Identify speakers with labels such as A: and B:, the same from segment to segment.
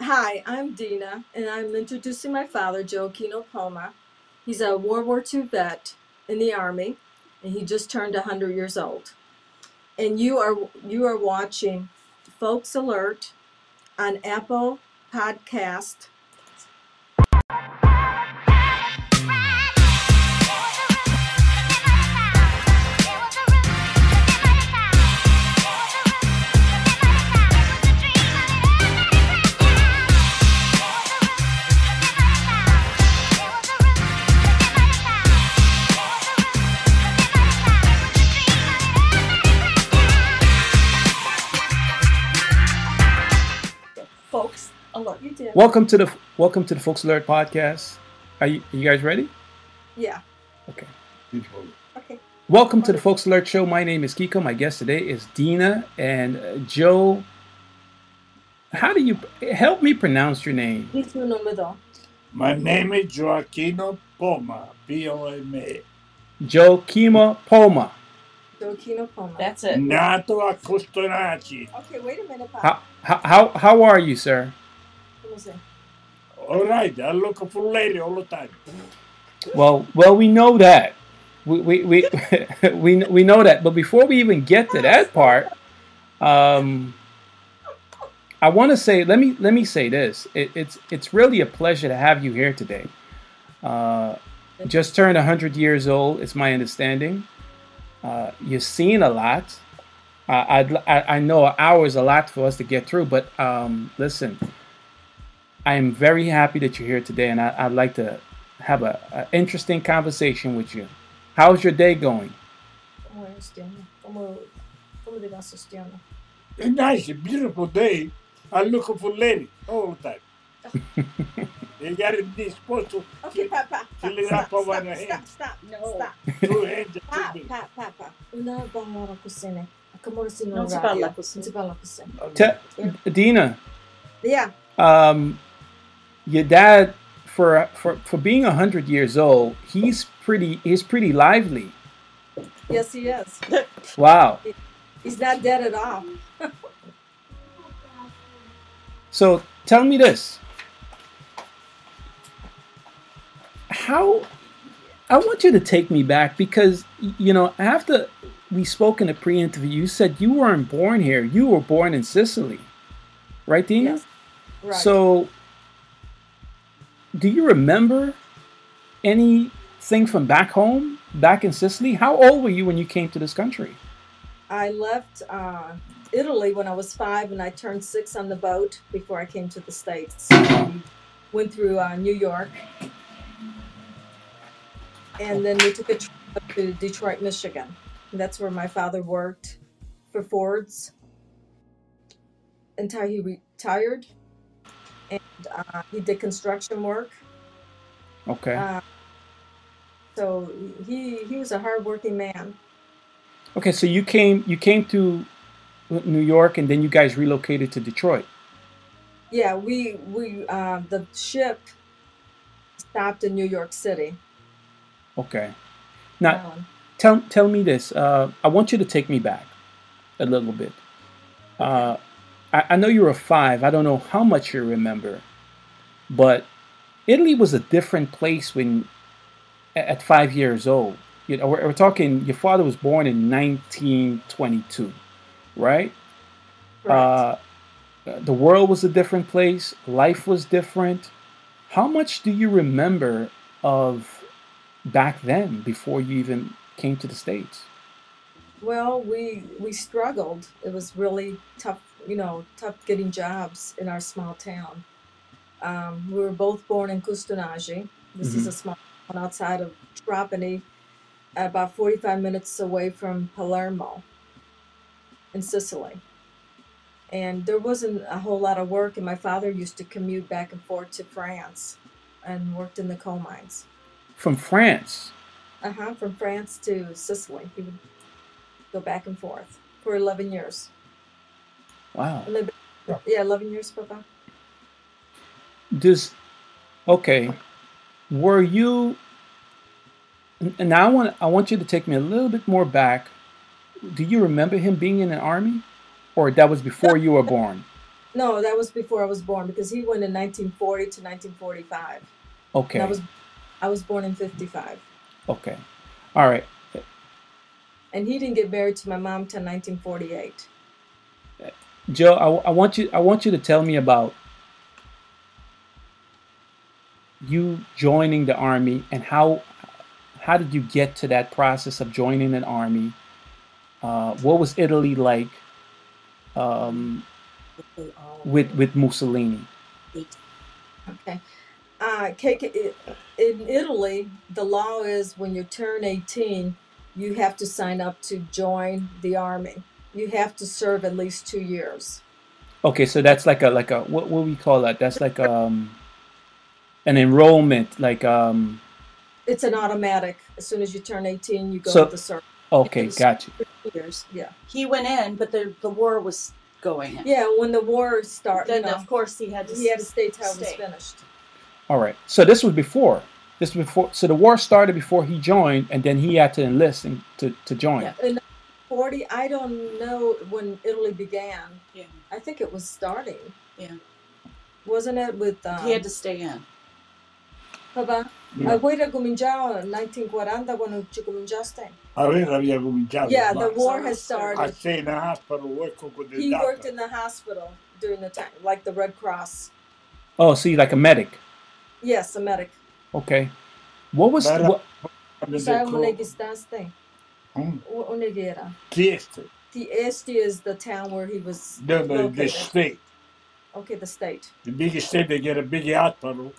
A: Hi, I'm Dina, and I'm introducing my father, Joaquino Palma. He's a World War II vet in the Army, and he just turned 100 years old. And you are you are watching Folks Alert on Apple Podcast. Folks Alert. You did.
B: Welcome to the welcome to the Folks Alert podcast. Are you, are you guys ready?
A: Yeah.
B: Okay.
A: Okay.
B: Welcome to the Folks Alert show. My name is Kiko. My guest today is Dina and uh, Joe. How do you help me pronounce your name?
A: Dice un nome do.
C: My name is Joaquino Poma, B O M A.
B: Joachima Poma.
A: Joaquino Palma.
D: That's it.
C: Nato a Custonaci.
A: okay, wait a minute, Pop.
B: How, how how how are you, sir?
A: Let me see.
C: All right, I look for lady all the time.
B: Well, well, we know that. We we we we, we know that. But before we even get to that part, um, I want to say let me let me say this. It, it's it's really a pleasure to have you here today. Uh, just turned hundred years old. It's my understanding. Uh, you've seen a lot. Uh, I'd, I I know an hour is a lot for us to get through, but um, listen, I am very happy that you're here today, and I, I'd like to have a, a interesting conversation with you. How's your day going?
A: Como é, Stiano? Como, como o negócio, Stiano?
C: A nice, beautiful day. I look for lady all the time. they got it disposal.
A: Okay, Papa.
C: Fill it
A: Stop,
C: up over
A: stop,
C: the
A: stop,
C: hand.
A: stop,
D: No.
A: stop.
C: Two hands. and
A: Pa,
C: two
A: pa, pa, pa. Una parola così. Come si
D: Non si
A: radio.
D: parla così.
A: Non si parla così.
C: fingers.
B: Te- Dina,
A: Yeah.
B: um, your dad for for for being hundred years old, he's pretty he's pretty lively.
A: Yes, he is.
B: Wow.
A: He's not dead at all.
B: So tell me this. How I want you to take me back because y- you know after we spoke in a pre-interview, you said you weren't born here. You were born in Sicily, right, Dina?
A: Yes. Right.
B: So, do you remember anything from back home, back in Sicily? How old were you when you came to this country?
A: I left uh, Italy when I was five, and I turned six on the boat before I came to the States. We went through uh, New York, and then we took a trip up to Detroit, Michigan. And that's where my father worked for Ford's until he retired, and uh, he did construction work.
B: Okay.
A: Uh, so he he was a hardworking man.
B: okay, so you came you came to New York and then you guys relocated to Detroit.
A: Yeah, we we uh, the ship stopped in New York City.
B: Okay. Now
A: Maryland.
B: tell tell me this. Uh, I want you to take me back a little bit. Uh, I, I know you were five. I don't know how much you remember, but Italy was a different place when a- at five years old. You know, we're, we're talking. Your father was born in 1922, right?
A: Correct.
B: Uh, the world was a different place. Life was different. How much do you remember of back then before you even came to the states?
A: well, we we struggled. It was really tough, you know, tough getting jobs in our small town. Um, we were both born in Custonaji. This is a small town outside of Trapani, about 45 minutes away from Palermo in Sicily. And there wasn't a whole lot of work, and my father used to commute back and forth to France and worked in the coal mines.
B: From France.
A: Uh huh. From France to Sicily, he would go back and forth for eleven years.
B: Wow.
A: Eleven, yeah, eleven years, Papa.
B: Does okay? Were you? And now I want I want you to take me a little bit more back. Do you remember him being in an army, or that was before you were born?
A: No, that was before I was born because he went in 1940 to 1945.
B: Okay.
A: And I was I was born in 55.
B: okay. All right.
A: And he didn't get married to my mom till 1948.
B: Joe, I, I want you I want you to tell me about you joining the army and how how did you get to that process of joining an army? Uh, what was Italy like um, with with Mussolini?
A: Okay. Uh, KK, in Italy, the law is when you turn 18, you have to sign up to join the army. You have to serve at least two years.
B: Okay, so that's like a like a what what we call that? That's like um an enrollment like um
A: It's an automatic. As soon as you turn 18, you go
B: So-
A: to the service.
B: okay,
D: Yes.
B: got you.
A: Years. Yeah.
D: He went in, but the the war was going. In.
A: Yeah. When the war started, you
D: Then
A: know,
D: of course he had to.
A: he had to stay till it was
D: Stay.
A: finished.
B: All right. So this was before. This was before. So the war started before he joined, and then he had to enlist and to, to join.
D: Yeah.
A: 40, I don't know when Italy began.
D: Yeah.
A: I think it was starting.
D: Yeah.
A: Wasn't it with. Um, Uh,
D: He had to stay in.
A: Papà, la guerra cominciò nel 1940 quando ci cominciaste.
C: Allora abbiamo cominciato.
A: Yeah,
C: ma
A: the war has
C: I
A: started.
C: stay in the hospital working with the
A: He
C: doctor.
A: worked in the hospital during the time, like the Red Cross.
B: Oh, see, like a medic.
A: Yes, a medic.
B: Okay. What was
C: Medic.
B: what,
C: Under the
A: Sai
C: clo-
A: onde que estaste?
C: Mm.
A: O- Onde que era?
C: Trieste,
A: Tiesti is the town where he was
C: the, the, the
A: located.
C: state,
A: Okay, the state.
C: the biggest state, they get a big hospital.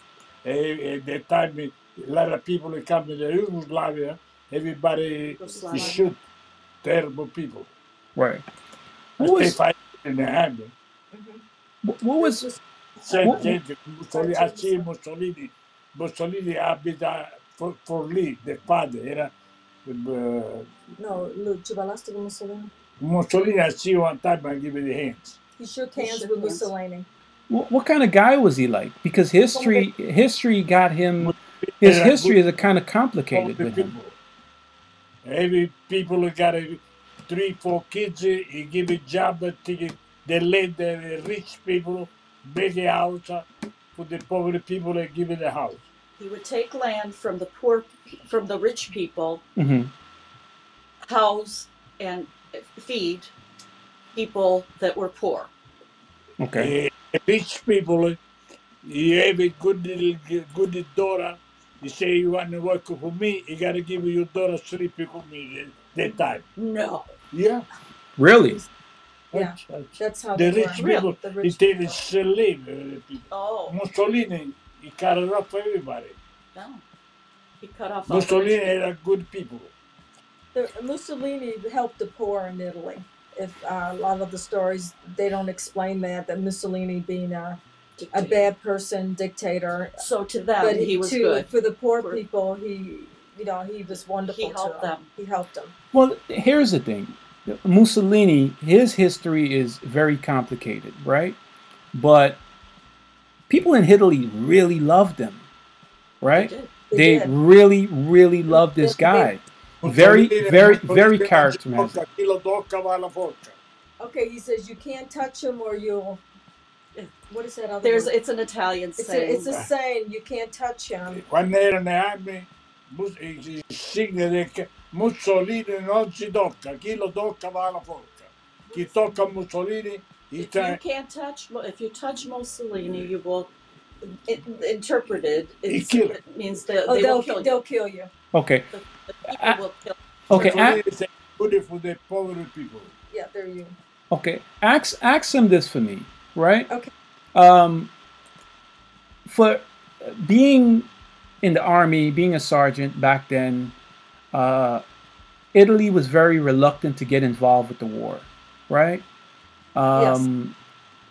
C: Eh, At that time, a lot of people that come to the Yugoslavia, everybody
D: Yugoslavia.
C: is shoot terrible people.
B: right?
C: I
B: What
C: stay
B: was
C: fighting in the army.
A: Mhm.
B: what was
C: Same
B: What-
C: thing, Mussolini, I see Mussolini. Mussolini abita for, for lì, the father era. eh,
A: No, look, ci parlaste con Mussolini?
C: Mussolini, I see one time, I give you the hands.
A: He shook
D: He
A: hands
D: shook
A: with
D: hands.
A: Mussolini.
B: what, what kind of guy was he like? Because history history got him. His
C: Era
B: history
C: good-
B: is a kind of
C: all
B: complicated
C: the
B: with him.
C: people. Every people who got a, three, four kids, eh, he give a job, eh, to- they let the rich people build a house eh, for the poor people, they give it a house.
D: He would take land from the poor, from the rich people,
B: hmm
D: house and feed people that were poor.
B: Mm-hmm. Okay.
C: Eh, the rich people, eh, he have a good little, g- good daughter. He say, you want to work for me, you got to give your daughter sleep with me that time.
D: No.
C: Yeah.
B: Really?
A: Yeah. That's how
C: The
A: they
C: rich
A: were.
C: people,
A: The
C: He
A: rich
C: take a
A: people.
C: slave, eh, people.
D: Oh
C: Mussolini, he cut it off everybody.
D: no. He cut off. all the
C: Mussolini
D: rich
C: era good people.
A: The, Mussolini helped the poor in Italy. If uh, a lot of the stories they don't explain that that Mussolini being a,
D: people.
A: a bad person dictator,
D: So to them,
A: but
D: he, was
A: to,
D: good.
A: for the poor
D: Poor-
A: people he you know he was wonderful.
D: He helped
A: to
D: them.
A: He helped them.
B: Well, here's the thing. Mussolini, his history is very complicated, right? But people in Italy really loved him,
D: He
B: right?
D: did.
B: They
A: did.
B: really, really loved this guy. Very,
C: Mussolini era-
B: very,
C: Mussolini
B: very
C: era
B: charismatic.
C: gioca, Chi lo tocca va alla forca.
A: Okay, he says you can't touch him or you'll. What is that other?
D: There's
A: word?
D: it's an Italian
A: it's a,
D: saying.
A: it's a saying you can't touch him.
C: Quando era nelle armi, Mus- il signore del ca- Mussolini non si tocca, chi lo tocca va alla forca. Chi tocca Mussolini,
D: if
C: Ita-
B: ah.
D: you can't touch, Mo- if you touch Mussolini, you will. It, interpreted, it's,
C: kill him.
D: it means that
A: Oh,
D: they
A: they'll
D: will kill you.
A: they'll kill you.
B: Okay,
D: The people will kill.
B: okay,
C: Mussolini
B: a-
C: is good for the poor people.
A: Yeah, they're you.
B: okay. Ask, ask him this for me, right?
A: Okay.
B: Um, for being in the army, being a sergeant back then, uh, Italy was very reluctant to get involved with the war, right? Um,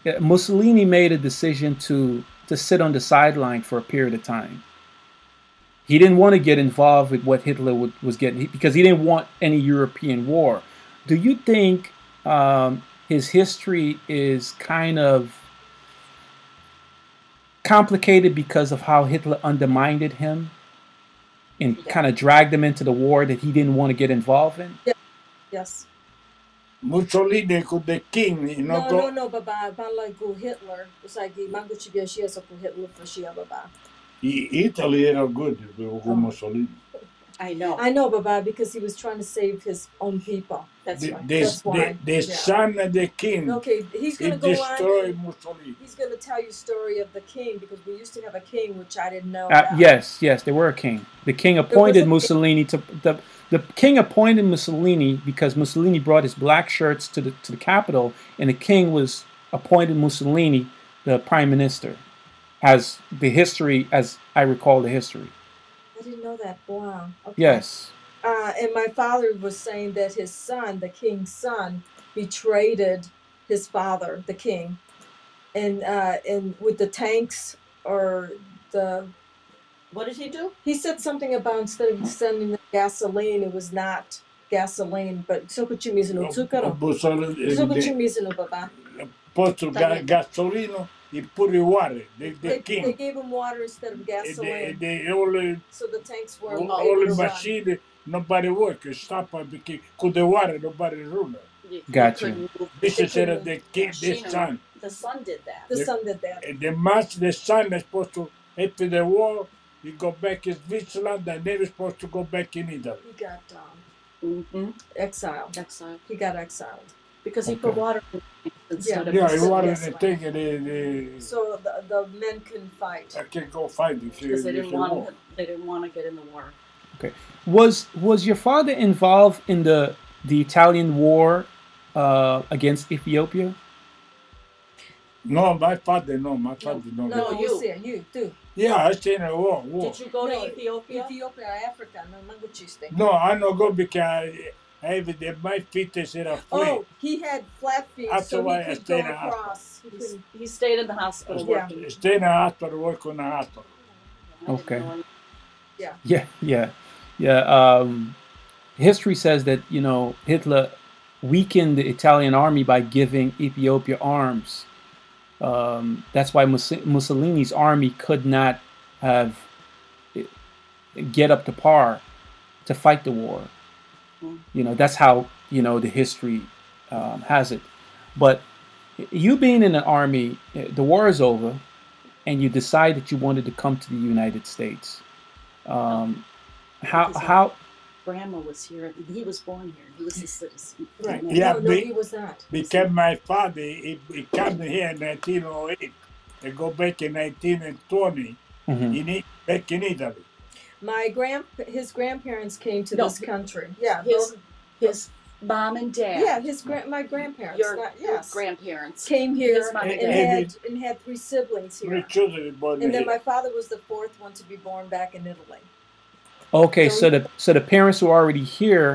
B: yeah, Mussolini made a decision to to sit on the sideline for a period of time. He didn't want to get involved with what Hitler would, was getting because he didn't want any European war. Do you think um, his history is kind of complicated because of how Hitler undermined him and
D: Yeah.
B: kind of dragged him into the war that he didn't want to get involved in?
A: Yes.
C: Mussolini could the king, you know,
A: No,
C: go,
A: no, no, Baba. Bala go Hitler. It's like the mango chibi she has a go Hitler for she Baba.
C: I- Italy era good with
A: Ah,
C: Mussolini.
D: I know.
A: I know Baba because he was trying to save his own people.
D: That's
C: The,
D: right.
C: the,
A: That's
C: the,
A: why,
C: the
A: yeah.
C: son of the king,
A: Okay, he's
C: Hmm. he
A: gonna go on.
C: destroyed
A: and
C: Mussolini.
A: He's gonna tell you story of the king because we used to have a king, which I didn't know.
B: Uh,
A: about.
B: yes, yes, they were a king. The king appointed
A: a-
B: Mussolini to the the king appointed Mussolini because Mussolini brought his black shirts to the to the capital, and the king was appointed Mussolini the prime minister, as the history as I recall the history.
A: I didn't know that. Wow. Okay.
B: Yes,
A: Uh, and my father was saying that his son, the king's son, betrayed his father, the king, and uh, and with the tanks or the
D: What did he do?
A: He said something about instead of sending them gasoline, it was not gasoline, but
C: é
A: sokuchimizino
C: um
A: tsukaro.
C: Mussolini, the
A: Sokuchimizino baba.
C: apostle Ga- Gasolino, he put the water, the, the
A: They, they
C: king,
A: gave him water instead of
C: the, the,
A: gasoline,
C: the, all,
A: so the tanks were
C: all,
A: not able to
C: the
A: run.
C: machine, nobody work, stop because with the water, nobody run.
D: You- you
B: Gotcha.
D: couldn't move.
C: This is era the king, this son.
D: Machine. The son did that.
A: The son did that.
C: And the match the son is é supposed to after the war he go back in Switzerland and never supposed to go back in Italy.
A: He got um,
D: Mm-hmm.
A: exiled.
D: Exile.
A: He got exiled.
D: Because he put
B: Okay.
D: water in the tank instead of.
C: Yeah, he wanted
A: Yes,
C: to
A: ma'am.
C: take it uh,
A: So the, the men couldn't fight.
C: uh, I can go find it.
D: Because they didn't
C: the
D: want
C: war.
D: him, they didn't want to get in the water.
B: was was your father involved in the the Italian war uh, against Ethiopia?
C: No, my father no, my father no.
A: No,
D: No,
A: you
D: you.
A: see, you too.
C: Yeah, I oh, seen a war, war.
D: Did you go
A: No,
D: to Ethiopia?
A: Ethiopia, Africa, no manguchiste.
C: No, I no go because I, I have the, my feet is in a flame.
A: Oh, he had flat feet, so
C: Afterward, I
A: he could go
C: stayed in Africa.
A: across. He
D: He
A: couldn't-
D: s- He stayed in the hospital
A: Yeah.
D: working.
C: I Stay in a hospital, work on a hospital.
D: I didn't
B: Okay.
D: know any-
B: Yeah, yeah, yeah. Um, history says that you know Hitler weakened the Italian army by giving Ethiopia arms. Um, that's why Muss- Mussolini's army could not have eh, get up to par to fight the war.
D: Mm.
B: You know that's how you know the history um, has it. But you being in the army, eh, the war is over, and you decide that you wanted to come to the United States. Um, how
D: Because-
B: how
D: Grandma was here. He was born here. He was a citizen.
A: Right.
D: And
C: Yeah,
A: no, no,
C: be-
A: he was not.
C: Because my father, he, he came here in 1908 and go back in 1920
B: Mhm.
A: Mm.
C: in, I- back in Italy.
A: My grand, his grandparents came to
D: No.
A: this country. Yeah,
D: His
A: those-
D: his mom and dad.
A: yeah, his grand, my grandparents.
D: Your,
A: not-
D: your
A: yes,
D: grandparents.
A: came here
D: His mom
A: and,
D: and
C: dad.
A: had and had three siblings
C: Three
A: here.
C: children born
A: And then my
C: here.
A: father was the fourth one to be born back in Italy.
B: okay? So the so the parents who are already here.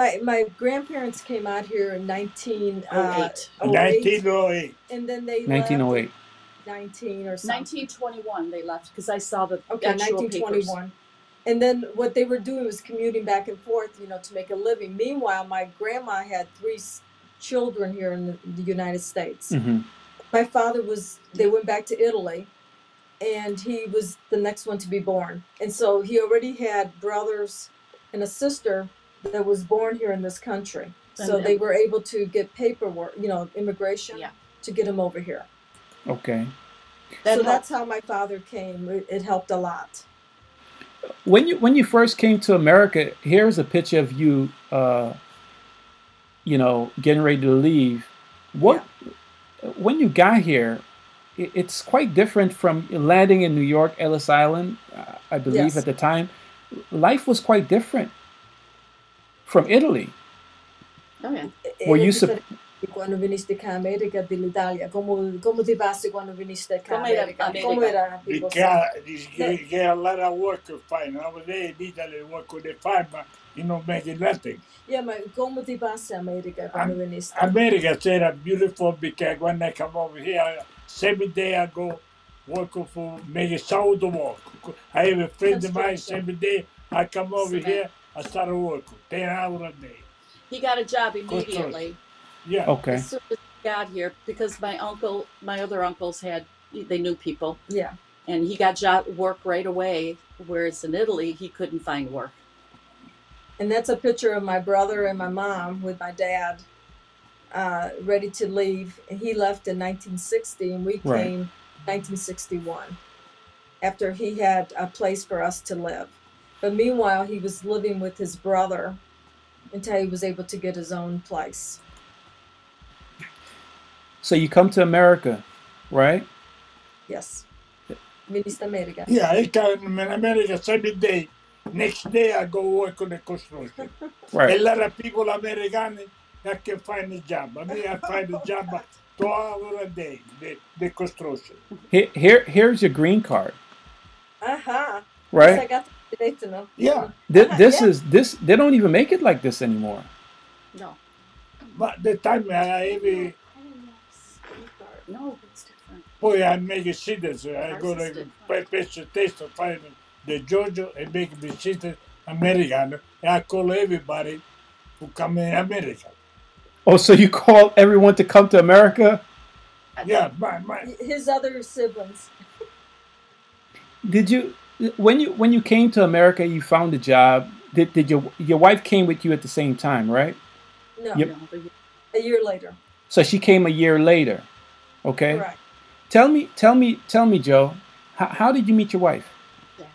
A: My my grandparents came out here in nineteen uh,
D: 08.
A: 08,
C: 1908.
A: and then they left
B: 1908.
A: nineteen or something.
D: 1921 they left because I saw the
A: Okay,
D: actual papers.
A: 1921. And then what they were doing was commuting back and forth, you know, to make a living. Meanwhile, my grandma had three s- children here in the- the United States.
B: hmm
A: My father was, they went back to Italy and he was the next one to be born. And so he already had brothers and a sister that was born here in this country. So
D: And-
A: they were able to get paperwork, you know, immigration
D: Yeah.
A: to get him over here.
B: Okay.
D: That
A: so
D: helped.
A: that's how my father came. It, it helped a lot.
B: when you when you first came to America, here's a picture of you, uh, you know, getting ready to leave. What when you got here, it, it's quite different from landing in New York, Ellis Island, uh, I believe
A: Yes.
B: at the time. Life was quite different from Italy.
D: Oh, yeah.
B: Were you sup-
A: supposed Eh, quando viniste qua in America dell'Italia? Come, come ti passi quando viniste qua in
D: Come era
A: America?
D: America?
A: Come era people say?
C: Because this get, get a lot of work to find. I was there in Italy, work on the farm, but you know, making nothing.
A: Yeah, ma come ti passi in America quando viniste?
C: America said i beautiful because when I come over here, seven day I go working for making sourdough work. I have a friend of mine,
A: Construction.
C: seven day I come over
D: Cement.
C: here, I start working, 10 hours a day.
D: He got a job immediately
C: Yeah.
B: Okay.
D: as soon as he got here because my uncle, my other uncles had, they knew people
A: Yeah,
D: and he got job work right away. Whereas in Italy, he couldn't find work.
A: and that's a picture of my brother and my mom with my dad, uh, ready to leave. And he left in 1960, and we
B: Right.
A: came 1961 after he had a place for us to live. But meanwhile, he was living with his brother until he was able to get his own place.
B: So you come to America, right?
A: Yes, Minister America.
C: Yeah, I come in America every day. Next day I go work on the construction. A
B: Right.
C: lot of people American that can find a job. I mean, I find a job two hours a day, the, the construction.
B: Here, here here's your green card,
A: Aha! Yes, I
B: right?
A: got the date to know.
C: Yeah,
B: Th- this
A: Uh-huh, yeah.
B: is this. They don't even make it like this anymore.
D: No,
C: but the time I have a,
D: no, it's different.
C: boy, I make a citizen. I go to a patient test to find the Georgia and make me citizen American. And I call everybody to come in America.
B: Oh, so you call everyone to come to America?
C: Yeah, my, my,
A: His other siblings.
B: Did you when you when you came to America, you found a job? Did, did your your wife came with you at the same time, right?
A: No,
B: Yep.
D: No, but you-
A: a year later.
B: So she came a year later. Okay.
A: Correct.
B: Tell me, tell me, tell me, Joe. How, how did you meet your wife?
D: Yeah.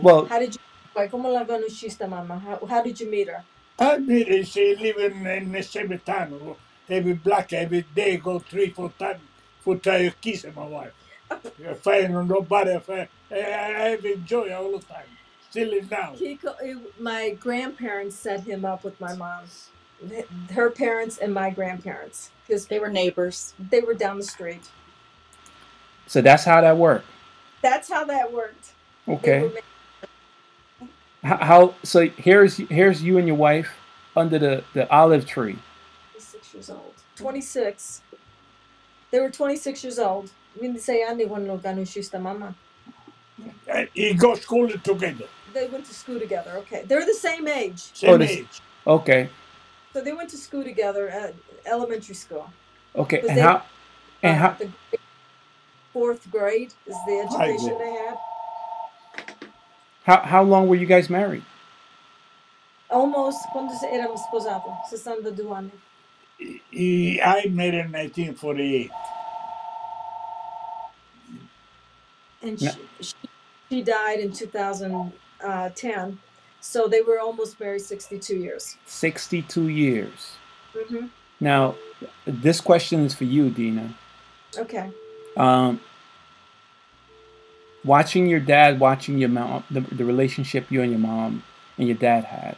B: Well,
A: How did you? Like, como la conociste, mamá? How, how did you meet her?
C: I mean, she live in, in Semitano. uh, Every black, every day go three, four times for try to kiss my wife. I find nobody. I, find, I, I have enjoy all the time. Still is now.
A: He, co- it- my grandparents set him up with my mom, her parents and my grandparents, because
D: They were neighbors.
A: they were down the street.
B: so that's how that worked.
A: That's how that worked. They
B: Okay.
A: were ma-
B: How, how so? Here's here's you and your wife under the the olive tree.
D: Six years old.
A: 26. They were 26 years old. When they say, "Andy, when lo conociste, mamá?"
C: Uh, He go school together.
A: They went to school together. Okay, they're the same age,
C: Same
B: Oh, this-
C: age.
B: Okay.
A: so they went to school together at elementary school.
B: Okay.
A: But
B: And
A: they-
B: how and
A: Uh,
B: how
A: the fourth grade is the
C: I
A: education
C: agree.
A: they had.
B: how how long were you guys married?
A: Almost quando se- éramos sposados, 62 anos.
C: He- he- I married in 1948.
A: And she,
B: No.
A: she, she died in 2010. So they were almost married 62 years.
B: Sixty two years. Mm-hmm.
A: hmm
B: Now, this question is for you, Dina.
A: Okay.
B: Um, watching your dad, watching your mom, the, the relationship you and your mom and your dad had,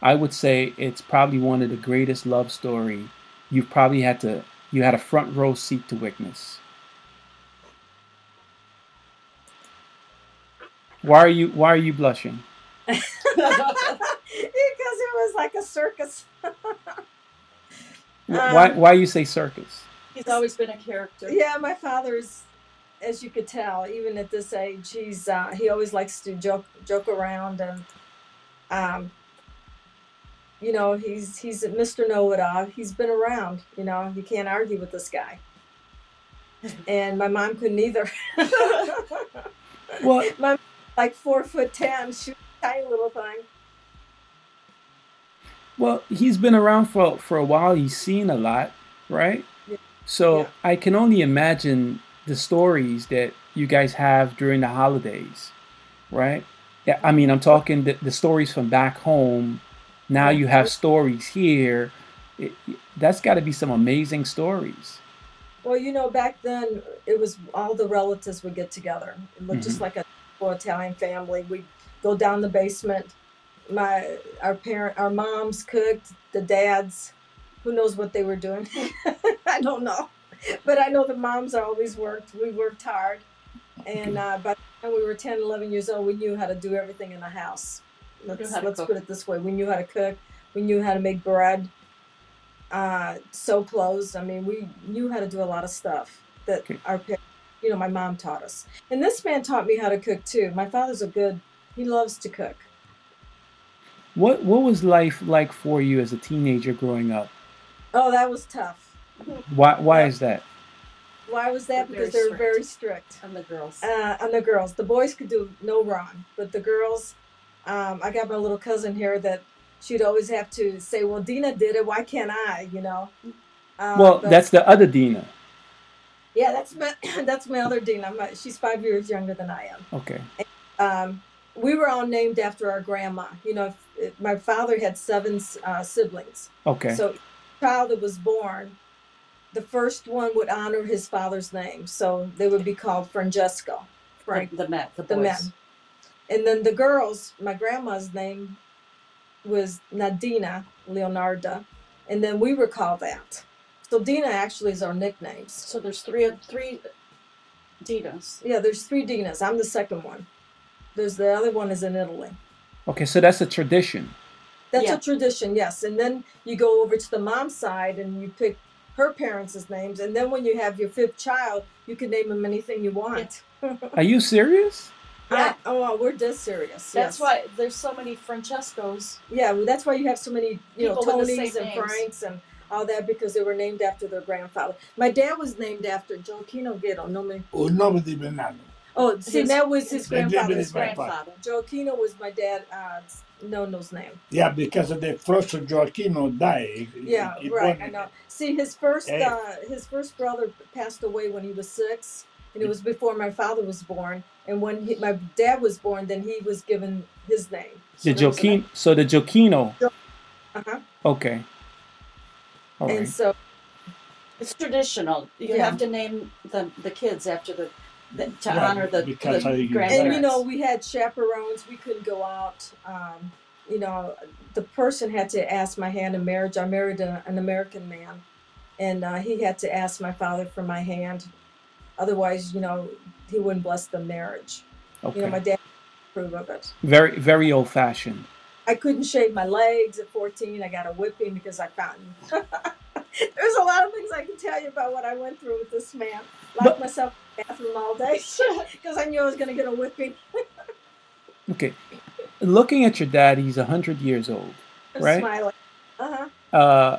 B: I would say it's probably one of the greatest love story you've probably had to you had a front row seat to witness. Why are you Why are you blushing?
A: because it was like a circus.
B: Wh- Why
A: Um,
B: Why you say circus?
D: He's always been a character.
A: Yeah, my father's, as you could tell, even at this age, he's uh, he always likes to joke joke around and, um, you know, he's he's a Mr. Know It All. He's been around. You know, you can't argue with this guy. And my mom couldn't either.
B: Well,
A: like four foot ten, she was a tiny little thing.
B: Well, he's been around for for a while. He's seen a lot, right?
A: Yeah.
B: So
A: Yeah.
B: I can only imagine the stories that you guys have during the holidays, right? Yeah, I mean, I'm talking the, the stories from back home. Now you have stories here. It, that's got to be some amazing stories.
A: Well, you know, back then it was all the relatives would get together. It looked just like a typical Italian family. We'd go down the basement. My our parent, our moms cooked. The dads, who knows what they were doing? I don't know, but I know the moms always worked. We worked hard, and uh, by the time we were 10, 11 years old, we knew how to do everything in the house. Let's
D: how to
A: let's
D: cook.
A: put it this way: we knew how to cook. We knew how to make bread uh, so close. I mean, we knew how to do a lot of stuff that
B: Okay.
A: our pa- you know, my mom taught us. And this man taught me how to cook too. My father's a good, he loves to cook.
B: What what was life like for you as a teenager growing up?
A: Oh, that was tough.
B: Why why is that?
A: Why was that?
D: They're
A: because they
D: very
A: were very strict.
D: And the girls.
A: Uh, on the girls, the boys could do no wrong, but the girls, um, I got my little cousin here that she'd always have to say, "Well, Dina did it. Why can't I?" You know. Um,
B: Well,
A: but-
B: that's the other Dina.
A: yeah. That's my that's my other Dina. My, she's five years younger than I am.
B: Okay.
A: Um, we were all named after our grandma. You know, if, if my father had seven uh, siblings,
B: Okay.
A: so each child that was born, the first one would honor his father's name, so they would be called Francesco, Frank.
D: The, the men, the
A: the
D: boys.
A: men. And then the girls, my grandma's name was Nadina Leonarda. And then we were called that. So Dina actually is our nicknames.
D: So there's three of three Dinas.
A: Yeah, there's three Dinas. I'm the second one. There's the other one is in Italy.
B: Okay. So that's a tradition.
A: That's
D: Yeah.
A: a tradition, yes. And then you go over to the mom's side and you pick her parents' names. And then when you have your fifth child, you can name them anything you want.
B: Are you serious?
D: Yeah.
A: I- oh, we're dead serious.
D: That's
A: yes.
D: why there's so many Francescos.
A: Yeah, well, that's why you have so many, you know,
D: People with the
A: Tonys
D: same
A: and
D: names.
A: Franks and all that because they were named after their grandfather. My dad was named after Joaquino Guerrero. No, me.
C: Un nome di Bernardo.
A: Oh, see,
D: His-
A: that was his
C: They did
A: grandfather's
D: His
C: His
A: grandfather.
C: grandfather.
D: grandfather.
A: Joaquino was my dad, uh, no no's name.
C: Yeah, because the first Joaquino died.
A: Yeah,
C: He- he
A: right.
C: born-
A: I know. See, his first,
C: Hey.
A: uh, his first brother passed away when he was six, and it was before my father was born. And when he, my dad was born, then he was given his name.
B: The
D: there was an-
B: Joaquin. So the Joaquino.
A: Uh huh.
B: Okay. All
A: and
B: right.
A: so,
D: It's traditional. You
A: Yeah.
D: have to name the the kids after the, the to
C: Right,
D: honor the, the
C: because I-
D: grandparents.
C: Right.
A: and you know we had chaperones we couldn't go out um, you know the person had to ask my hand in marriage i married a, an american man and uh, he had to ask my father for my hand otherwise you know he wouldn't bless the marriage you know my
B: Okay.
A: dad didn't approve of it
B: Very very old fashioned.
A: i couldn't shave my legs at 14 i got a whipping because i fountain there's a lot of things i can tell you about what i went through with this man locked
B: But-
A: myself in the bathroom all day because i knew i was going to get a whipping
B: Okay. Looking at your dad, he's hundred years old. Right.
A: smiling uh-huh
B: Uh,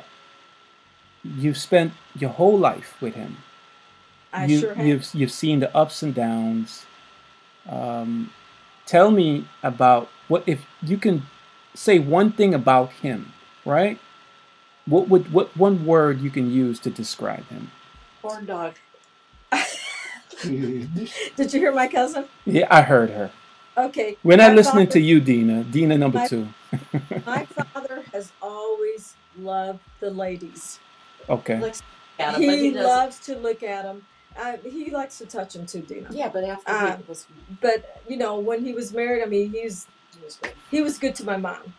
B: you've spent your whole life with him.
A: I
B: you,
A: sure have.
B: you've you've seen the ups and downs. Um, tell me about what if you can say one thing about him, right? What would what one word you can use to describe him?
D: Horn dog.
A: Did you hear my cousin?
B: Yeah, I heard her.
A: Okay.
B: We're not
A: My
B: listening
A: father-
B: to you, Dina. Dina number
A: My-
B: two.
A: My father has always loved the ladies.
B: Okay.
D: Like, Adam,
A: he
D: but he doesn't-
A: loves to look at them. Uh, he likes to touch them too, Dina.
D: Yeah, but after
A: Uh,
D: he was,
A: But you know, when he was married, I mean, he's
D: he was good.
A: he was good to my mom.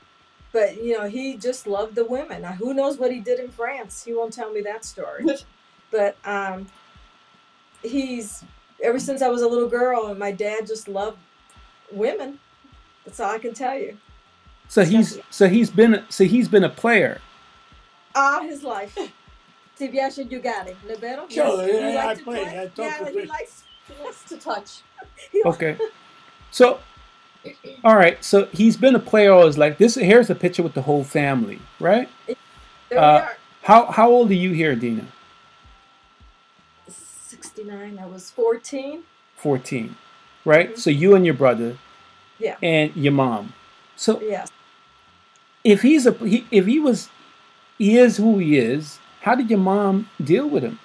A: But you know, he just loved the women. Now, who knows what he did in France? He won't tell me that story. but um, he's ever since I was a little girl, and my dad just loved women. That's all I can tell you.
B: So he's so he's been so he's been a player.
A: all Ah, his life. Ti piace giocare, libero?
C: Sure, yeah,
A: You
C: I
A: like to
C: play, I talk
A: yeah,
C: to
A: he
C: play.
A: likes.
D: He likes to touch.
A: He likes
B: Okay. So all right, so he's been a player all his life. This here's a picture with the whole family, right?
A: there
B: Uh,
A: we are.
B: How how old are you here, Dina?
A: 69. I was 14.
B: 14 right
A: Mhm.
B: so you and your brother
A: Yeah.
B: and your mom so
A: Yes.
B: if he's a he, if he was he is who he is how did your mom deal with him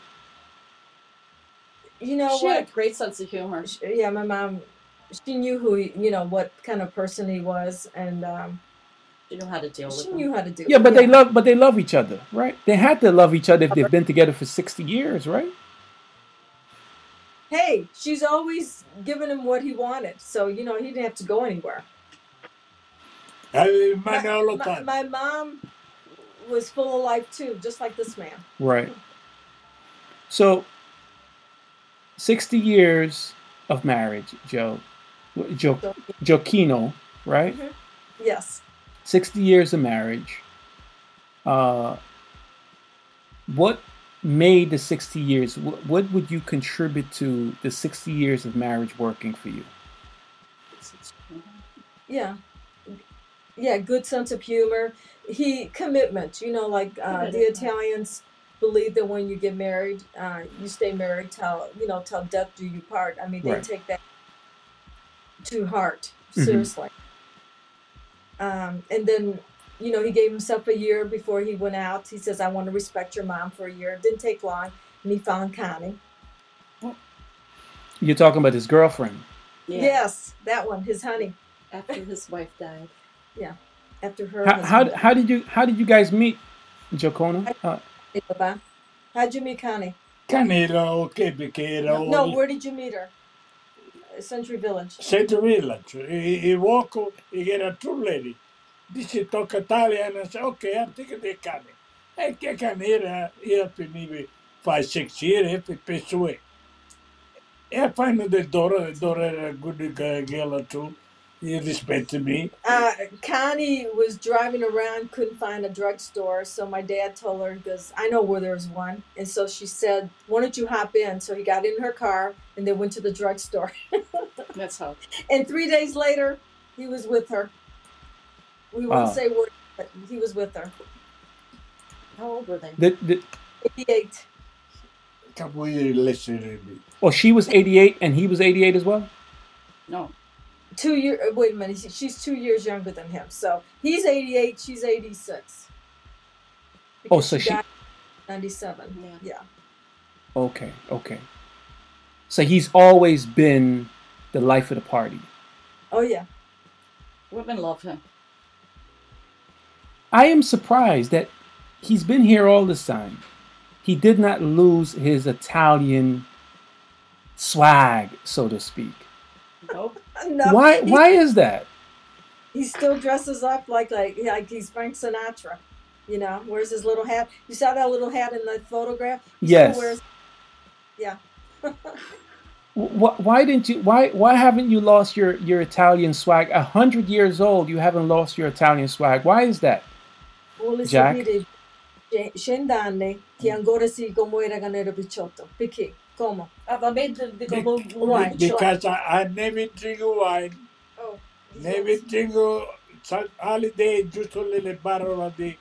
A: You know
D: she
A: what?
D: had a great sense of humor.
A: Sh- yeah, my mom. She knew who he, you know what kind of person he was, and um,
D: She knew how to deal with
A: she
D: him.
A: knew how to do.
B: yeah
A: it.
B: but they love but they love each other right they had to love each other if they've been together for 60 years right
A: Hey, she's always given him what he wanted, so you know he didn't have to go anywhere.
C: Avevi in
A: my,
C: mano
A: my,
C: all
A: my mom was full of life too, just like this man.
B: right so 60 years of marriage joe jo,
A: So,
B: joaquino right
A: yes.
B: 60 years of marriage. Uh, what made the 60 years? What, what would you contribute to the 60 years of marriage working for you?
A: yeah yeah good sense of humor he commitment you know like uh, the
D: Committed.
A: italians believe that when you get married uh, you stay married till you know till death do you part i mean they
B: Right.
A: take that to heart
B: Mhm.
A: seriously Um, and then, you know, he gave himself a year before he went out. He says, I want to respect your mom for a year. It didn't take long. And he found Connie.
B: You're talking about his girlfriend.
D: Yeah,
A: Yes, that one, his honey,
D: After his wife died.
A: after her.
B: How, how,
A: husband.
B: how did you how did you guys meet, Jacona? Uh,
A: Hey, Baba. How'd you meet Connie?
C: Canera, ok, perché era
A: No, no,
C: un-
A: where did you meet her? Century Village.
C: Central Village, e, e Walco, e era True Lady. Dice tocca tale, e dice, ok, antica dei cani. E che cane era, era finire, fa sexy, e per sue. E fanno del Dora, del Dora era good girl too, e rispetta me.
A: uh, Connie was driving around, couldn't find a drugstore, so my dad told her, he "Goes, I know where there's one." And so she said, "Why don't you hop in?" So he got in her car, and they went to the drugstore.
D: That's how.
A: And three days later, he was with her. We won't
B: Wow.
A: say where, but he was with her.
D: How old were they?
B: the, the,
A: Eighty-eight.
C: Capo di l'essere lì.
B: oh, she was 88 and he was 88 as well.
D: No.
A: Two year. uh, Wait a minute. she- She's two years younger than him, so he's eighty-eight. She's eighty-six.
B: Oh,
A: Because
B: so she-
A: died in ninety-seven.
D: Yeah.
A: Yeah.
B: Okay, okay. So he's always been the life of the party.
A: Oh yeah.
D: Women love him.
B: I am surprised that he's been here all this time. He did not lose his Italian swag, so to speak.
D: Nope.
A: No,
B: Why?
A: he-
B: Why is that?
A: he still dresses up like like like he's Frank Sinatra. You know, wears his little hat. You saw that little hat in the photograph. He still
B: Yes.
A: wears- yeah.
B: Why, why didn't you? Why? Why haven't you lost your your Italian swag? A hundred years old, you haven't lost your Italian swag. Why is that?
A: Vuole
B: Jack?
A: seguire ce- cent'anni che ancora si commuore quando era picciotto. Perché? Come?
D: Ah, vabbè, d- d-
C: Be-
D: d-
A: Why?
D: d-
C: Because I, I never drink wine.
A: Oh,
C: Never drink uh, holiday giusto le barole di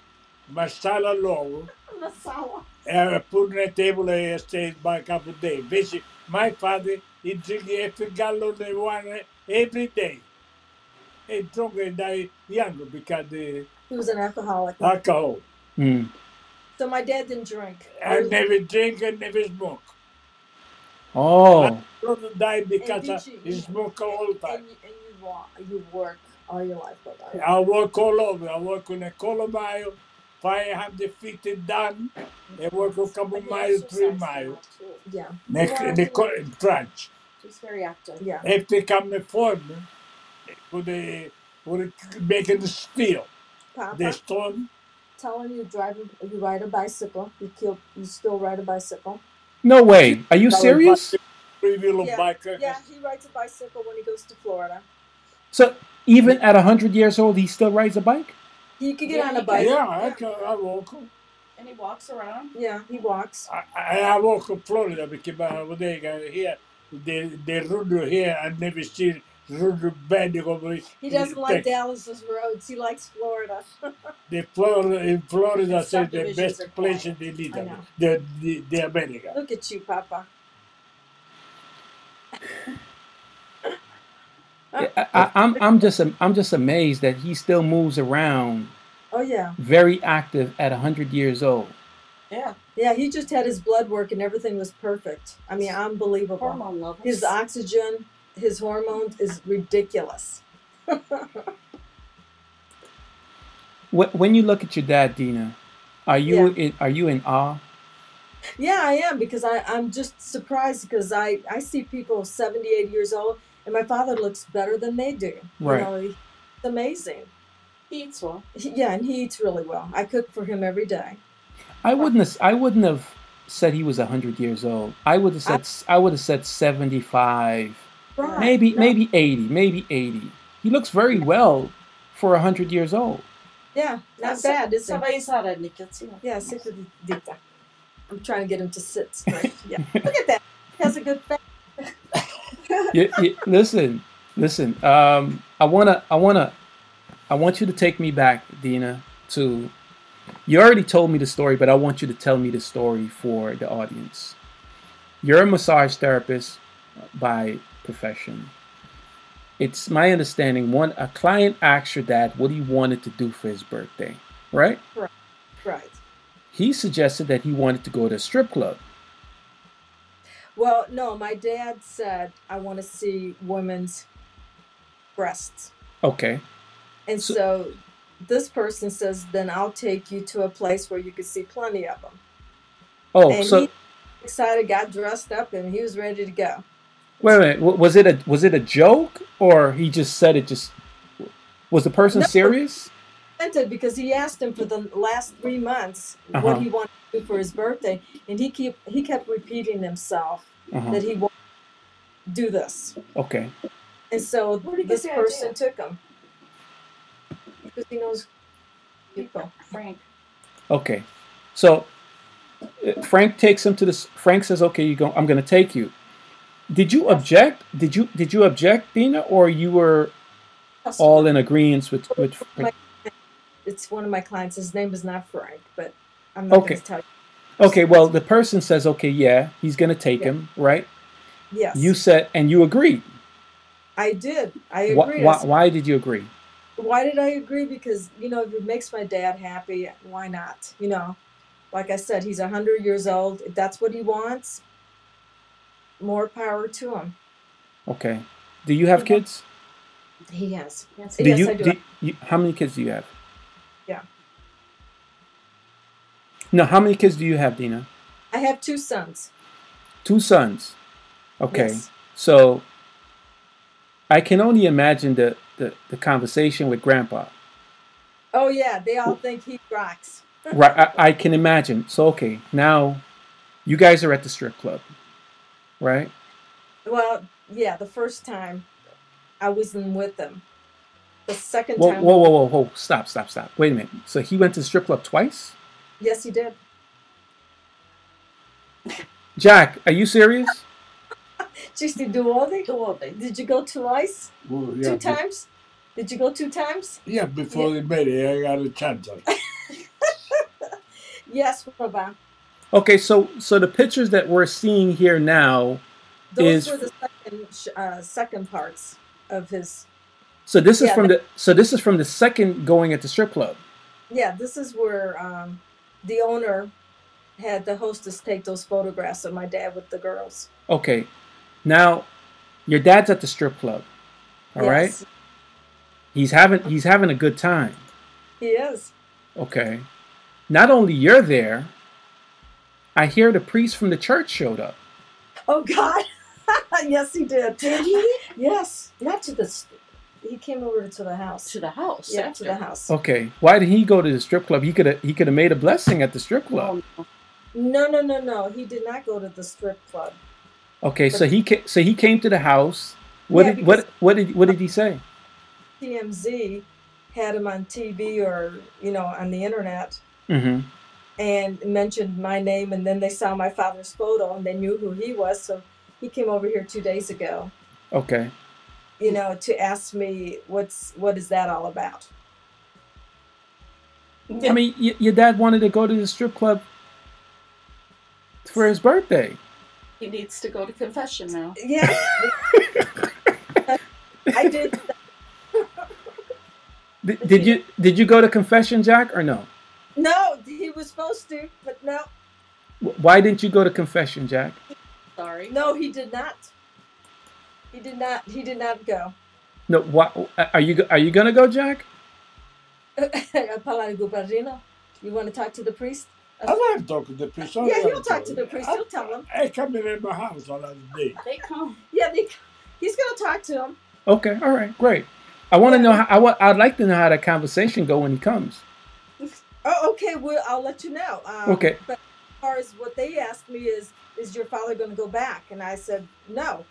C: Marsala uh, Loro.
A: una sala.
C: era pure nel tavolo e stava by Capodanno. Invece, my father, he drink every gallon of wine every day. He drunk and die young because the
A: He was an alcoholic.
C: Ah. alcohol.
B: Hmm.
A: So my dad didn't drink.
C: I
A: He
C: never drink and never smoke.
B: Oh,
C: Don't die because
A: did
C: I
A: you
C: he
A: eat?
C: smoke
A: was-
C: all the
A: and,
C: time.
A: you, and you, wa- you work all your life with that.
C: I work all over. I work in a Colombo, 500 feet down. I work a couple
D: But he
C: miles, three
D: exercised a
C: miles.
D: lot, too.
A: Yeah,
C: Next, in the co- in French.
D: He's very active.
A: yeah.
C: if they come to form with the with the making the steel,
A: Papa?
C: the stone.
A: telling you driving you ride a bicycle you kill you still ride a bicycle
B: no way! Are you serious?
C: Three wheel
A: Yeah,
C: bike.
A: yeah he rides a bicycle when he goes to florida
B: So even at a hundred years old, he still rides a bike.
A: he could get
D: Yeah,
A: on
D: he
A: a
D: can.
A: bike
C: Yeah, I, can, I walk.
D: And he walks around.
A: yeah he walks
C: I, I I walk in Florida because my over there uh, here the the road here I never see road bad over.
A: he doesn't like dallas's roads he likes florida
C: The Florida in Florida
D: The
C: is the
D: subdivisions
C: best
D: are
C: place in the
A: I
C: Italy,
A: know.
C: the, the the America.
A: look at you papa
B: I, I, I'm I'm just I'm just amazed that he still moves around,
A: oh yeah
B: very active at hundred years old.
D: Yeah.
A: yeah he just had his blood work and everything was perfect i mean unbelievable
D: Hormone levels.
A: his oxygen his hormones is ridiculous
B: Wh- When you look at your dad, Dina, are you in, are you in awe?
A: Yeah, I am because I, I'm just surprised because I, I see people 78 years old and my father looks better than they do.
B: Right.
A: You know, he- it's amazing.
D: He eats well.
A: He- yeah, and he eats really well. I cook for him every day.
B: I wouldn't have, I wouldn't have said he was 100 years old. I would have said I would have said 75.
A: Right.
B: Maybe
A: Yeah.
B: maybe 80, maybe 80. He looks very well for 100 years old.
A: Yeah, not
D: That's-
A: bad, is it?
D: Somebody's had it, Nick. It's, you know.
A: Yeah, sit with Dita. I'm trying to get him to sit straight. Yeah. Look at that. He has a good back.
B: You- you- listen, listen. Um, I wanna I wanna I want you to take me back, Dina, to you already told me the story, but I want you to tell me the story for the audience. You're a massage therapist by profession. it's my understanding one a client asked your dad what he wanted to do for his birthday, right?
A: Right.
B: He suggested that he wanted to go to a strip club.
A: Well, no, my dad said I want to see women's breasts.
B: Okay.
A: And
B: So-
A: so, this person says, then I'll take you to a place where you can see plenty of them.
B: Oh,
A: and
B: so
A: he excited, got dressed up, and he was ready to go.
B: wait a minute. wa- Was it a was it a joke or he just said it? Just was the person
A: No.
B: serious?
A: Offended because he asked him for the last three months
B: Uh-huh.
A: what he wanted to do for his birthday, and he keep he kept repeating himself
B: Uh-huh.
A: that he wanted to do this.
B: Okay.
A: And so
D: Where'd he get
A: this
D: the
A: person took him because he knows people.
D: Frank.
B: Okay. So uh, Frank takes him to this. Frank says, "Okay, you go. I'm going to take you." Did you object? Did you did you object, Dina, or you were all in agreement with with? Frank?
A: It's one of my clients. His name is not Frank, but I'm not
B: Okay.
A: going to tell you.
B: Okay. Well, the person says, "Okay, yeah, he's going to take him." Right?
A: Yes,
B: You said, and you agreed.
A: I did. I
B: Wh-
A: agree.
B: why, why did you agree?
A: why did I agree? Because you know, if it makes my dad happy, why not? You know, like I said, he's hundred years old. If that's what he wants, more power to him.
B: Okay. Do you have
D: Yeah.
B: kids?
A: He has.
D: Yes,
B: Do
A: Yes,
B: you,
A: I do.
B: you- how many kids do you have?
A: Yeah.
B: No, how many kids do you have, Dina?
A: I have two sons.
B: Two sons. Okay.
A: Yes.
B: So I can only imagine the, the, the conversation with grandpa.
A: Oh yeah, they all think he rocks.
B: right. I, I can imagine. So, okay. Now you guys are at the strip club, right?
A: Well, yeah, the first time I wasn't with them. The second
B: Whoa,
A: time,
B: whoa, whoa, whoa, whoa. Stop, stop, stop. Wait a minute. So he went to the strip club twice?
A: yes, he did.
B: Jack, are you serious?
A: Jeez, did you do all the?
D: How old are they?
A: Did you go twice?
C: Oh,
A: two
C: yeah, be-
A: times? Did you go two times?
C: yeah, before the married, I got a chance.
A: Yes, Baba.
B: Okay, so so the pictures that we're seeing here now,
A: Those
B: Is-
A: were the second sh- uh, second parts of his.
B: so this is
A: Yeah,
B: from the so this is from the second going at the strip club.
A: Yeah, this is where um, the owner had the hostess take those photographs of my dad with the girls.
B: Okay. Now your dad's at the strip club. all right?
A: Yes,
B: He's having he's having a good time.
A: he is.
B: Okay. Not only you're there, I hear the priest from the church showed up.
A: Oh God, yes, he did.
D: Did he?
A: Yes, not to the. st- He came over to the house.
D: To the house.
A: Yeah, to the
D: after.
A: house.
B: Okay. Why did he go to the strip club? He could have he could have made a blessing at the strip
A: Um,
B: club.
D: Oh,
A: No, no, no, no. He did not go to the strip club.
B: Okay, so he ca- so he came to the house. What
A: Yeah,
B: did what what did what did he say?
A: TMZ had him on TV or you know on the internet,
B: Mhm.
A: and mentioned my name and then they saw my father's photo and they knew who he was so he came over here two days ago
B: Okay.
A: you know to ask me what's what is that all about
B: I mean, y- your dad wanted to go to the strip club for his birthday.
D: he needs to go to confession now.
A: yeah i did
B: Th- did you did you go to confession, Jack, or no?
A: no he was supposed to but no
B: Wh- Why didn't you go to confession, Jack?
D: Sorry.
A: no he did not he did not he did not go
B: No, why, are you go- are you gonna go, Jack?
A: Apollo Gubarino, you want to talk to the priest
C: I love talking to the priest. I
A: Oh, yeah
C: love
A: you'll talk to the priest
C: I-
A: you'll tell him
C: I come in at my house on other day.
D: They come.
A: yeah they, he's gonna talk to him
B: Okay, all right, great. I want to know. How, I want. I'd like to know how that conversation go when he comes.
A: Oh, okay. Well, I'll let you know. Um,
B: Okay.
A: But as far as what they asked me is, is your father going to go back? And I said no.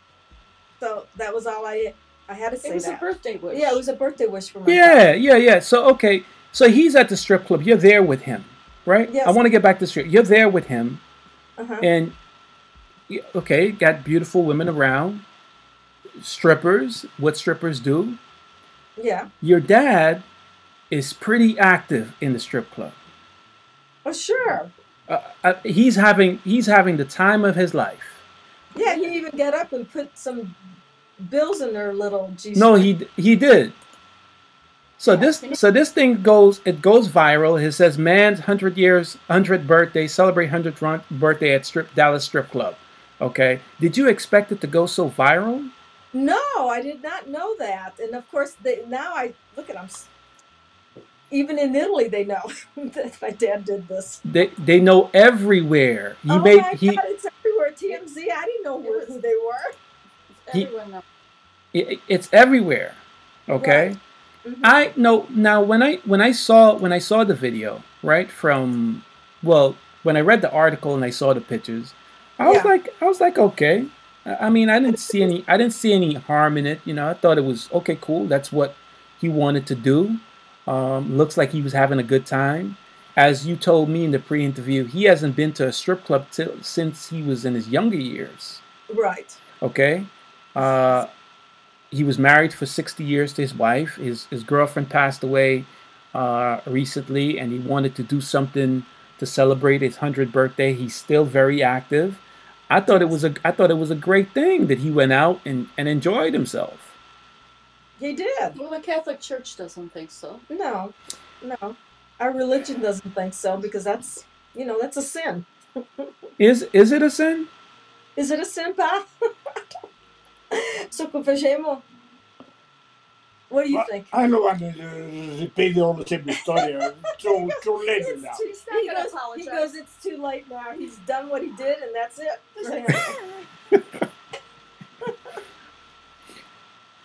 A: So that was all I I had to say.
D: It was a
A: that.
D: birthday wish.
A: Yeah, it was a birthday wish for Oh my
B: Yeah, yeah, yeah. So okay, so he's at the strip club. You're there with him, right?
A: Yes.
B: I want to get back to strip. You're there with him,
A: father. Uh-huh.
B: and y- okay, got beautiful women around, strippers. What strippers do?
A: Yeah.
B: your dad is pretty active in the strip club.
A: Oh, sure.
B: Uh, uh, he's having he's having the time of his life.
A: Yeah, he even got up and put some Bill's in their little G.
B: No,
A: string.
B: he he did. So this so this thing goes it goes viral. It says man's hundred years hundred birthday celebrate hundredth run- birthday at strip Dallas strip club. Okay, did you expect it to go so viral?
A: No, I did not know that. And of course, they, now I look at them. Even in Italy, they know that my dad did this.
B: They they know everywhere. He
A: oh
B: made
A: my
B: he
A: God, it's everywhere. TMZ. I didn't know where who they were.
B: He-
D: Everyone knows.
B: it, it's everywhere. Okay.
A: Mhm.
B: I no now when I when I saw when I saw the video right from well when I read the article and I saw the pictures I was
A: Yeah.
B: like I was like okay I I mean I didn't see any I didn't see any harm in it you know I thought it was okay cool that's what he wanted to do um, looks like he was having a good time as you told me in the pre-interview he hasn't been to a strip club till, since he was in his younger years
A: Right.
B: okay uh he was married for 60 years to his wife his his girlfriend passed away uh recently and he wanted to do something to celebrate his 100th birthday he's still very active i thought it was a i thought it was a great thing that he went out and and enjoyed himself
A: He did.
D: Well, the Catholic Church doesn't think so.
A: No, no. Our religion doesn't think so because that's, you know, that's a sin.
B: is is it a sin
A: Is it a sin, Pa? so, confessiamo. What do you
C: Ma-
A: think?
C: I don't want to uh, repeat all the same story. It's too, too late
A: It's
C: now.
A: too-
D: He's not
A: he
D: gonna
A: goes-
D: apologize.
A: He goes, it's too late now. He's done what he did, and that's it. for him."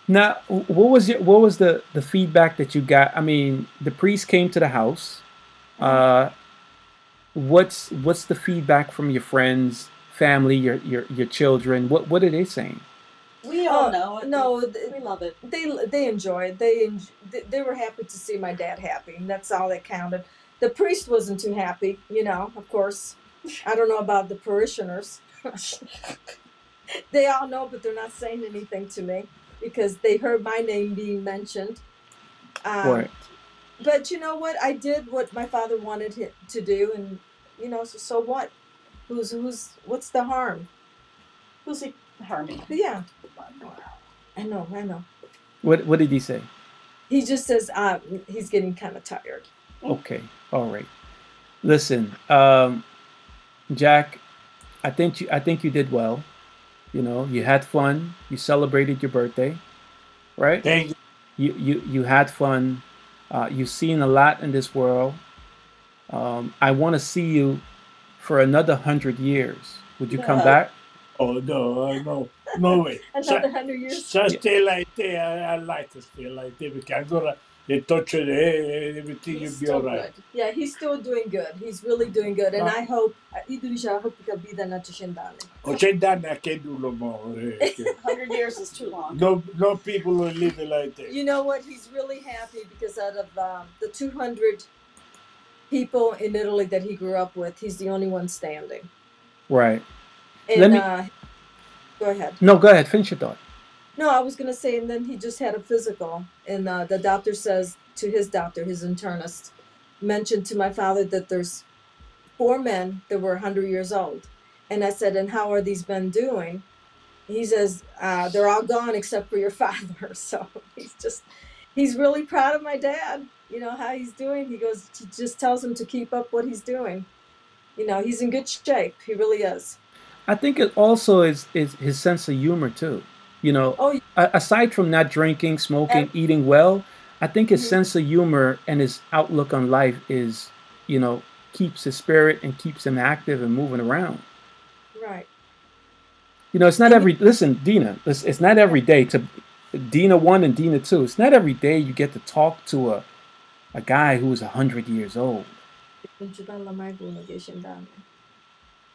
B: Now, wh- what was your, what was the the feedback that you got? I mean, the priest came to the house. Uh, what's what's the feedback from your friends, family, your your your children? What what are they saying?
D: We all
A: Oh,
D: know it.
A: no,
D: we
A: th-
D: love it.
A: they they enjoyed. They en- they- they were happy to see my dad happy, and that's all that counted. The priest wasn't too happy, you know. Of course, I don't know about the parishioners. they all know, but they're not saying anything to me because they heard my name being mentioned. Um,
B: Right.
A: But you know what? I did what my father wanted hi- to do, and you know, so, so what? Who's who's? What's the harm?
D: Who's he harming?
A: But yeah, I know, I know.
B: What what did he say?
A: He just says uh, he's getting kind of tired.
B: Okay, all right. Listen, um, Jack, I think you I think you did well. You know, you had fun. You celebrated your birthday, right?
C: Thank you.
B: you you you had fun. Uh, you've seen a lot in this world. Um, I want to see you for another hundred years. Would you come
A: No.
B: back?
C: Oh, no, uh, no, no way. Sa-
A: Another hundred years.
C: sa stay like that. I, I like to stay like that because I'm going to touch it. eh, Everything
D: He's
C: will be all
D: still
C: right.
D: good.
A: Yeah, he's still doing good. He's really doing good, and I hope Idrisha, I hope you can be there not to Shindani.
C: Oh, c'è Danny, I can't do no more. eh, okay.
D: Hundred years is too long.
C: No, no people will live like that.
A: You know what? He's really happy because out of um, the two hundred people in Italy that he grew up with, he's the only one standing.
B: Right.
A: And
B: Let me-
A: uh, go ahead.
B: No, go ahead. Finish your thought.
A: No, I was gonna say, and then he just had a physical, and uh, the doctor says to his doctor, his internist, mentioned to my father that there's four men that were 100 years old, and I said, and how are these men doing? He says, uh, they're all gone except for your father. So he's just, he's really proud of my dad. You know how he's doing. He goes, he just tells him to keep up what he's doing. You know, he's in good shape. He really is.
B: I think it also is is his sense of humor too. You know,
A: Oh, yeah.
B: a- aside from not drinking, smoking, eating well, I think his
A: Mhm.
B: sense of humor and his outlook on life is, you know, keeps his spirit and keeps him active and moving around.
A: Right.
B: You know, it's not
A: And
B: every listen, Dina. It's, it's not every day to Dina one and Dina two. It's not every day you get to talk to a a guy who is hundred years old.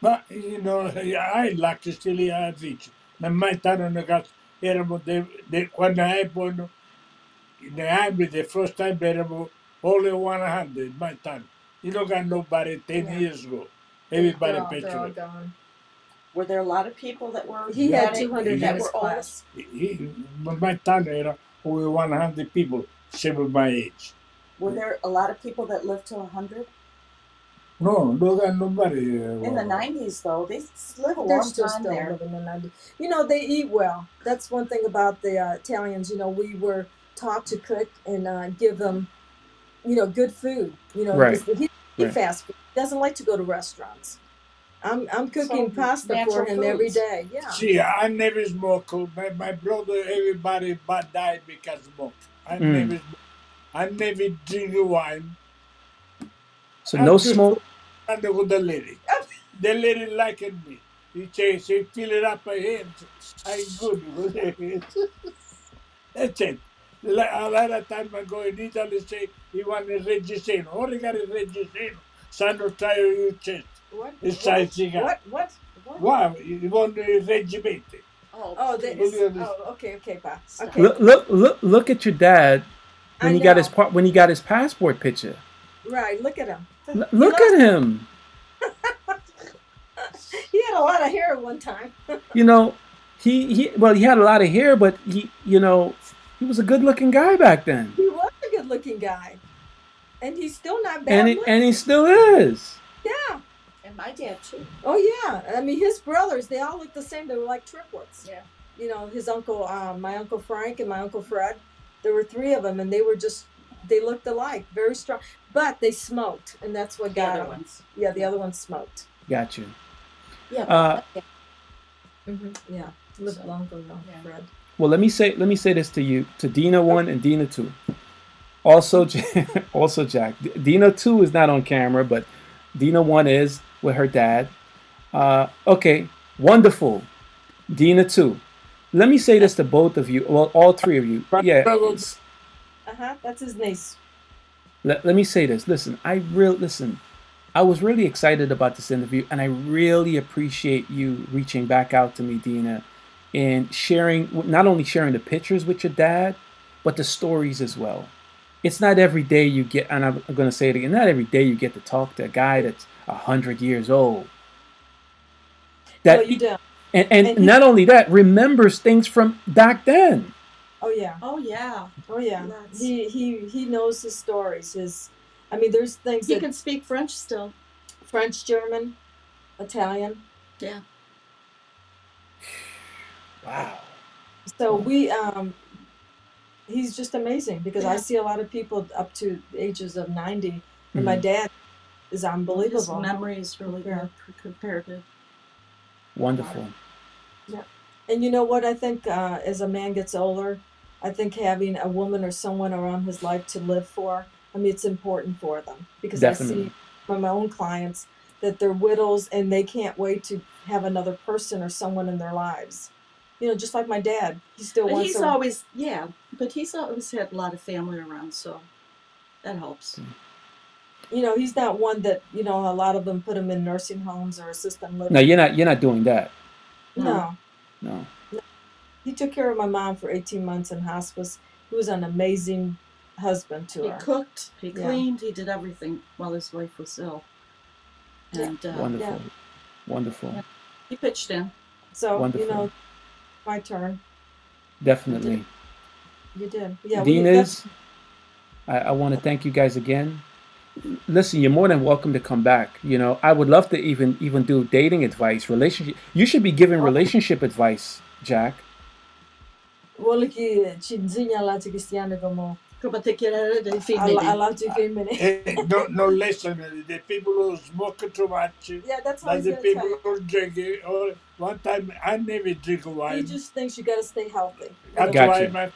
C: Ma you know, I like to still a vice. Nel mai stato nel caso, eravamo de, de, quando è buono, in anni, the first time eravamo only 100, my time. You look at nobody 10
A: Yeah.
C: years ago. Everybody
A: They're all-
C: paid
A: they're all
C: to
A: gone.
D: Were there a lot of people that were?
A: He had
D: getting-
A: 200
D: that
A: in his
D: were old?
A: class.
C: it. My time era only 100 people, same as my age.
D: Were there a lot of people that lived to hundred?
C: No, look at nobody. uh,
D: In the
C: well,
D: nineties though, they s- live a
A: They're
D: long
A: still
D: time
A: still
D: there.
A: living in London. You know, they eat well. That's one thing about the uh, Italians. You know, we were taught to cook and uh, give them, you know, good food. You know,
B: Right.
A: 'cause he, he
B: Right.
A: fast food. He doesn't like to go to restaurants. I'm I'm cooking
D: So,
A: pasta for
D: natural
A: him every
D: foods.
A: day. Yeah.
C: See, I never smoke. My, my brother, everybody but died because smoke. I
B: Mm.
C: never, smoke. I never drink wine.
B: So
C: I'm
B: no
C: just-
B: smoke.
C: And with the lady, the lady liked me. He says, "She fill it up my hands. I'm good." with it." That's it. Like, a lot of time ago in Italy, say he want a reggiseno. Oh, regard a reggiseno. Sanno tire your chest.
A: What?
C: It's
A: what-
C: sizeing up.
A: What? What? What?
C: Wow, you want a reggimento?
A: Oh, that
D: please.
A: is,
C: Look at this.
A: oh, okay, okay, bye.
D: Stop.
A: Okay.
B: Look, look, look, look at your dad
A: I
B: when he got his
A: know.
B: part when he got his passport picture.
A: right. Look at him.
B: L- look at him.
A: He had a lot of hair at one time.
B: You know, he, he well he had a lot of hair, but he you know he was a good looking guy back then,
A: He was a good-looking guy, and he's still not bad
B: and he,
A: looking.
B: and he still is.
A: yeah.
D: And my dad too.
A: Oh yeah, I mean his brothers, they all look the same. They were like triplets.
D: Yeah.
A: You know, his uncle, um, my uncle Frank, and my uncle Fred. There were three of them, and they were just they looked alike, very strong. But they smoked, and that's what
D: The
A: got
D: other
A: them.
D: ones.
A: Yeah, the other one smoked.
B: Got you.
D: Yeah.
B: Uh,
A: Yeah, lived
D: Mm-hmm. So-
A: long ago,
D: Yeah.
A: Fred.
B: Well, let me say let me say this to you to Dina one and Dina two. Also, J- also Jack. D- Dina two is not on camera, but Dina one is with her dad. Uh, okay, wonderful. Dina two. Let me say this to both of you. Well, all three of you. Yeah. s-
A: Uh huh. That's his niece.
B: Let, let me say this. Listen, I real listen. I was really excited about this interview, and I really appreciate you reaching back out to me, Dina, and sharing not only sharing the pictures with your dad, but the stories as well. It's not every day you get, and I'm going to say it again. Not every day you get to talk to a guy that's a hundred years old.
A: no,
B: That
A: Oh, you don't.
B: and, and,
A: and he-
B: not only that remembers things from back then.
A: Oh yeah.
D: Oh, yeah.
A: Oh yeah.
D: Lots.
A: He he he knows his stories. His, I mean, there's things
D: He
A: that
D: can speak French still.
A: French, German, Italian.
D: Yeah.
B: Wow.
A: So we um he's just amazing because I
D: Yeah.
A: see a lot of people up to the ages of 90 and
B: Mm-hmm.
A: my dad is
D: His
A: unbelievable.
D: memory is really good compared to
B: Mm-hmm. Wonderful.
A: And you know what I think uh as a man gets older, I think having a woman or someone around his life to live for, I mean it's important for them because I
B: Definitely.
A: see from my own clients that they're widows and they can't wait to have another person or someone in their lives. You know, just like my dad, he still
D: But
A: wants
D: he's
A: a-
D: always yeah. But he's always had a lot of family around, so that helps.
A: you know, he's not one that, you know, a lot of them put him in nursing homes or assisted living.
B: No, you're not. You're not doing that.
A: No,
B: No.
A: he took care of my mom for 18 months in hospice. He was an amazing husband to
D: He
A: her.
D: cooked, he
A: Yeah.
D: cleaned, he did everything while his wife was ill,
A: Yeah.
D: and uh,
B: Wonderful. Wonderful.
D: Yeah. he pitched in.
A: So,
B: Wonderful.
A: you know, my turn.
B: Definitely.
A: You did. Yeah. we-
B: Dinas, I, I want to thank you guys again. Listen, you're more than welcome to come back. You know, I would love to even even do dating advice, relationship. You should be giving relationship advice, Jack.
A: Vuole che ci insegna la cristiana come
D: Come te quiere dei figli.
A: alla- alla tua
B: Uh,
A: femmina.
C: Eh, no, no, listen, the people who smoke too much,
A: Yeah, that's how he's
C: but
A: going
C: the
A: to
C: people
A: tell you.
C: who drink, eh, or one time I never drink
A: He
C: wine.
A: just thinks you got to stay healthy.
C: That's
B: Gotcha.
C: why my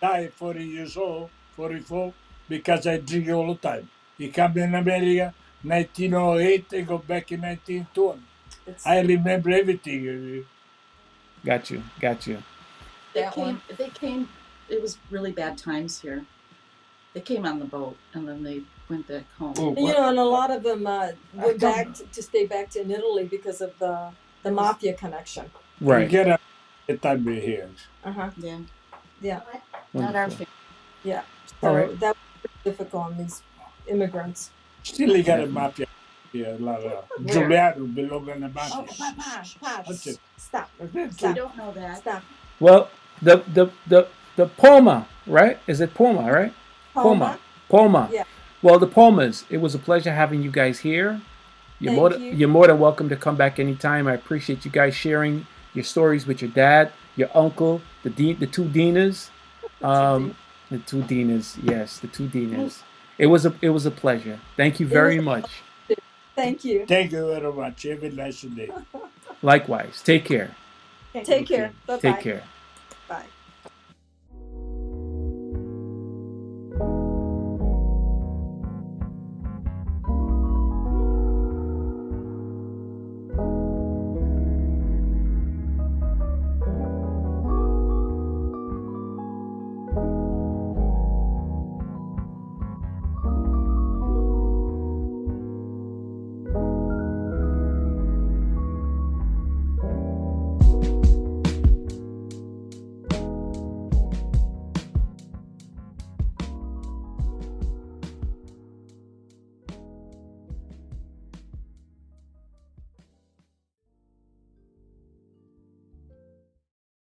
C: die 40 years old, 44, because I drink all the time. He come in America 1908 and go back in 1920.
A: It's,
C: I remember everything.
B: Got you. Got you.
D: They
A: That
D: came.
A: one.
D: They came. It was really bad times here. They came on the boat and then they went back home.
C: Oh,
A: you know, and a lot of them uh, went
C: don't
A: back to, to stay back to in Italy because of the, the mafia connection.
C: You
B: Right.
C: get up the time we here.
A: Uh huh.
D: Yeah,
A: Yeah.
D: not our
B: Wonderful.
D: family.
A: So
B: All right.
A: that was difficult on these immigrants.
C: Still you got a mafia here, Lara. Giuliano belong in the mafia.
A: Oh, Papa, Papa,
C: That's it.
A: stop,
D: We
A: stop,
D: don't know that.
A: stop.
B: Well, the the the the Poma, right? Is it Poma, right? Poma. Poma.
A: Yeah.
B: Well, the Pomas, it was a pleasure having you guys here. You're
A: Thank
B: more, than-
A: you.
B: you're more than welcome to come back anytime. I appreciate you guys sharing your stories with your dad, your uncle, the de- the two Dinas, um, the two Dinas. Yes, the two Dinas. It was a it was a pleasure. Thank you
A: was
B: very
A: a-
B: much.
A: Thank you.
C: Thank you very much. Have a nice day.
B: Likewise, take care.
A: Take care. Bye
B: Take
A: bye.
B: care.
A: Bye.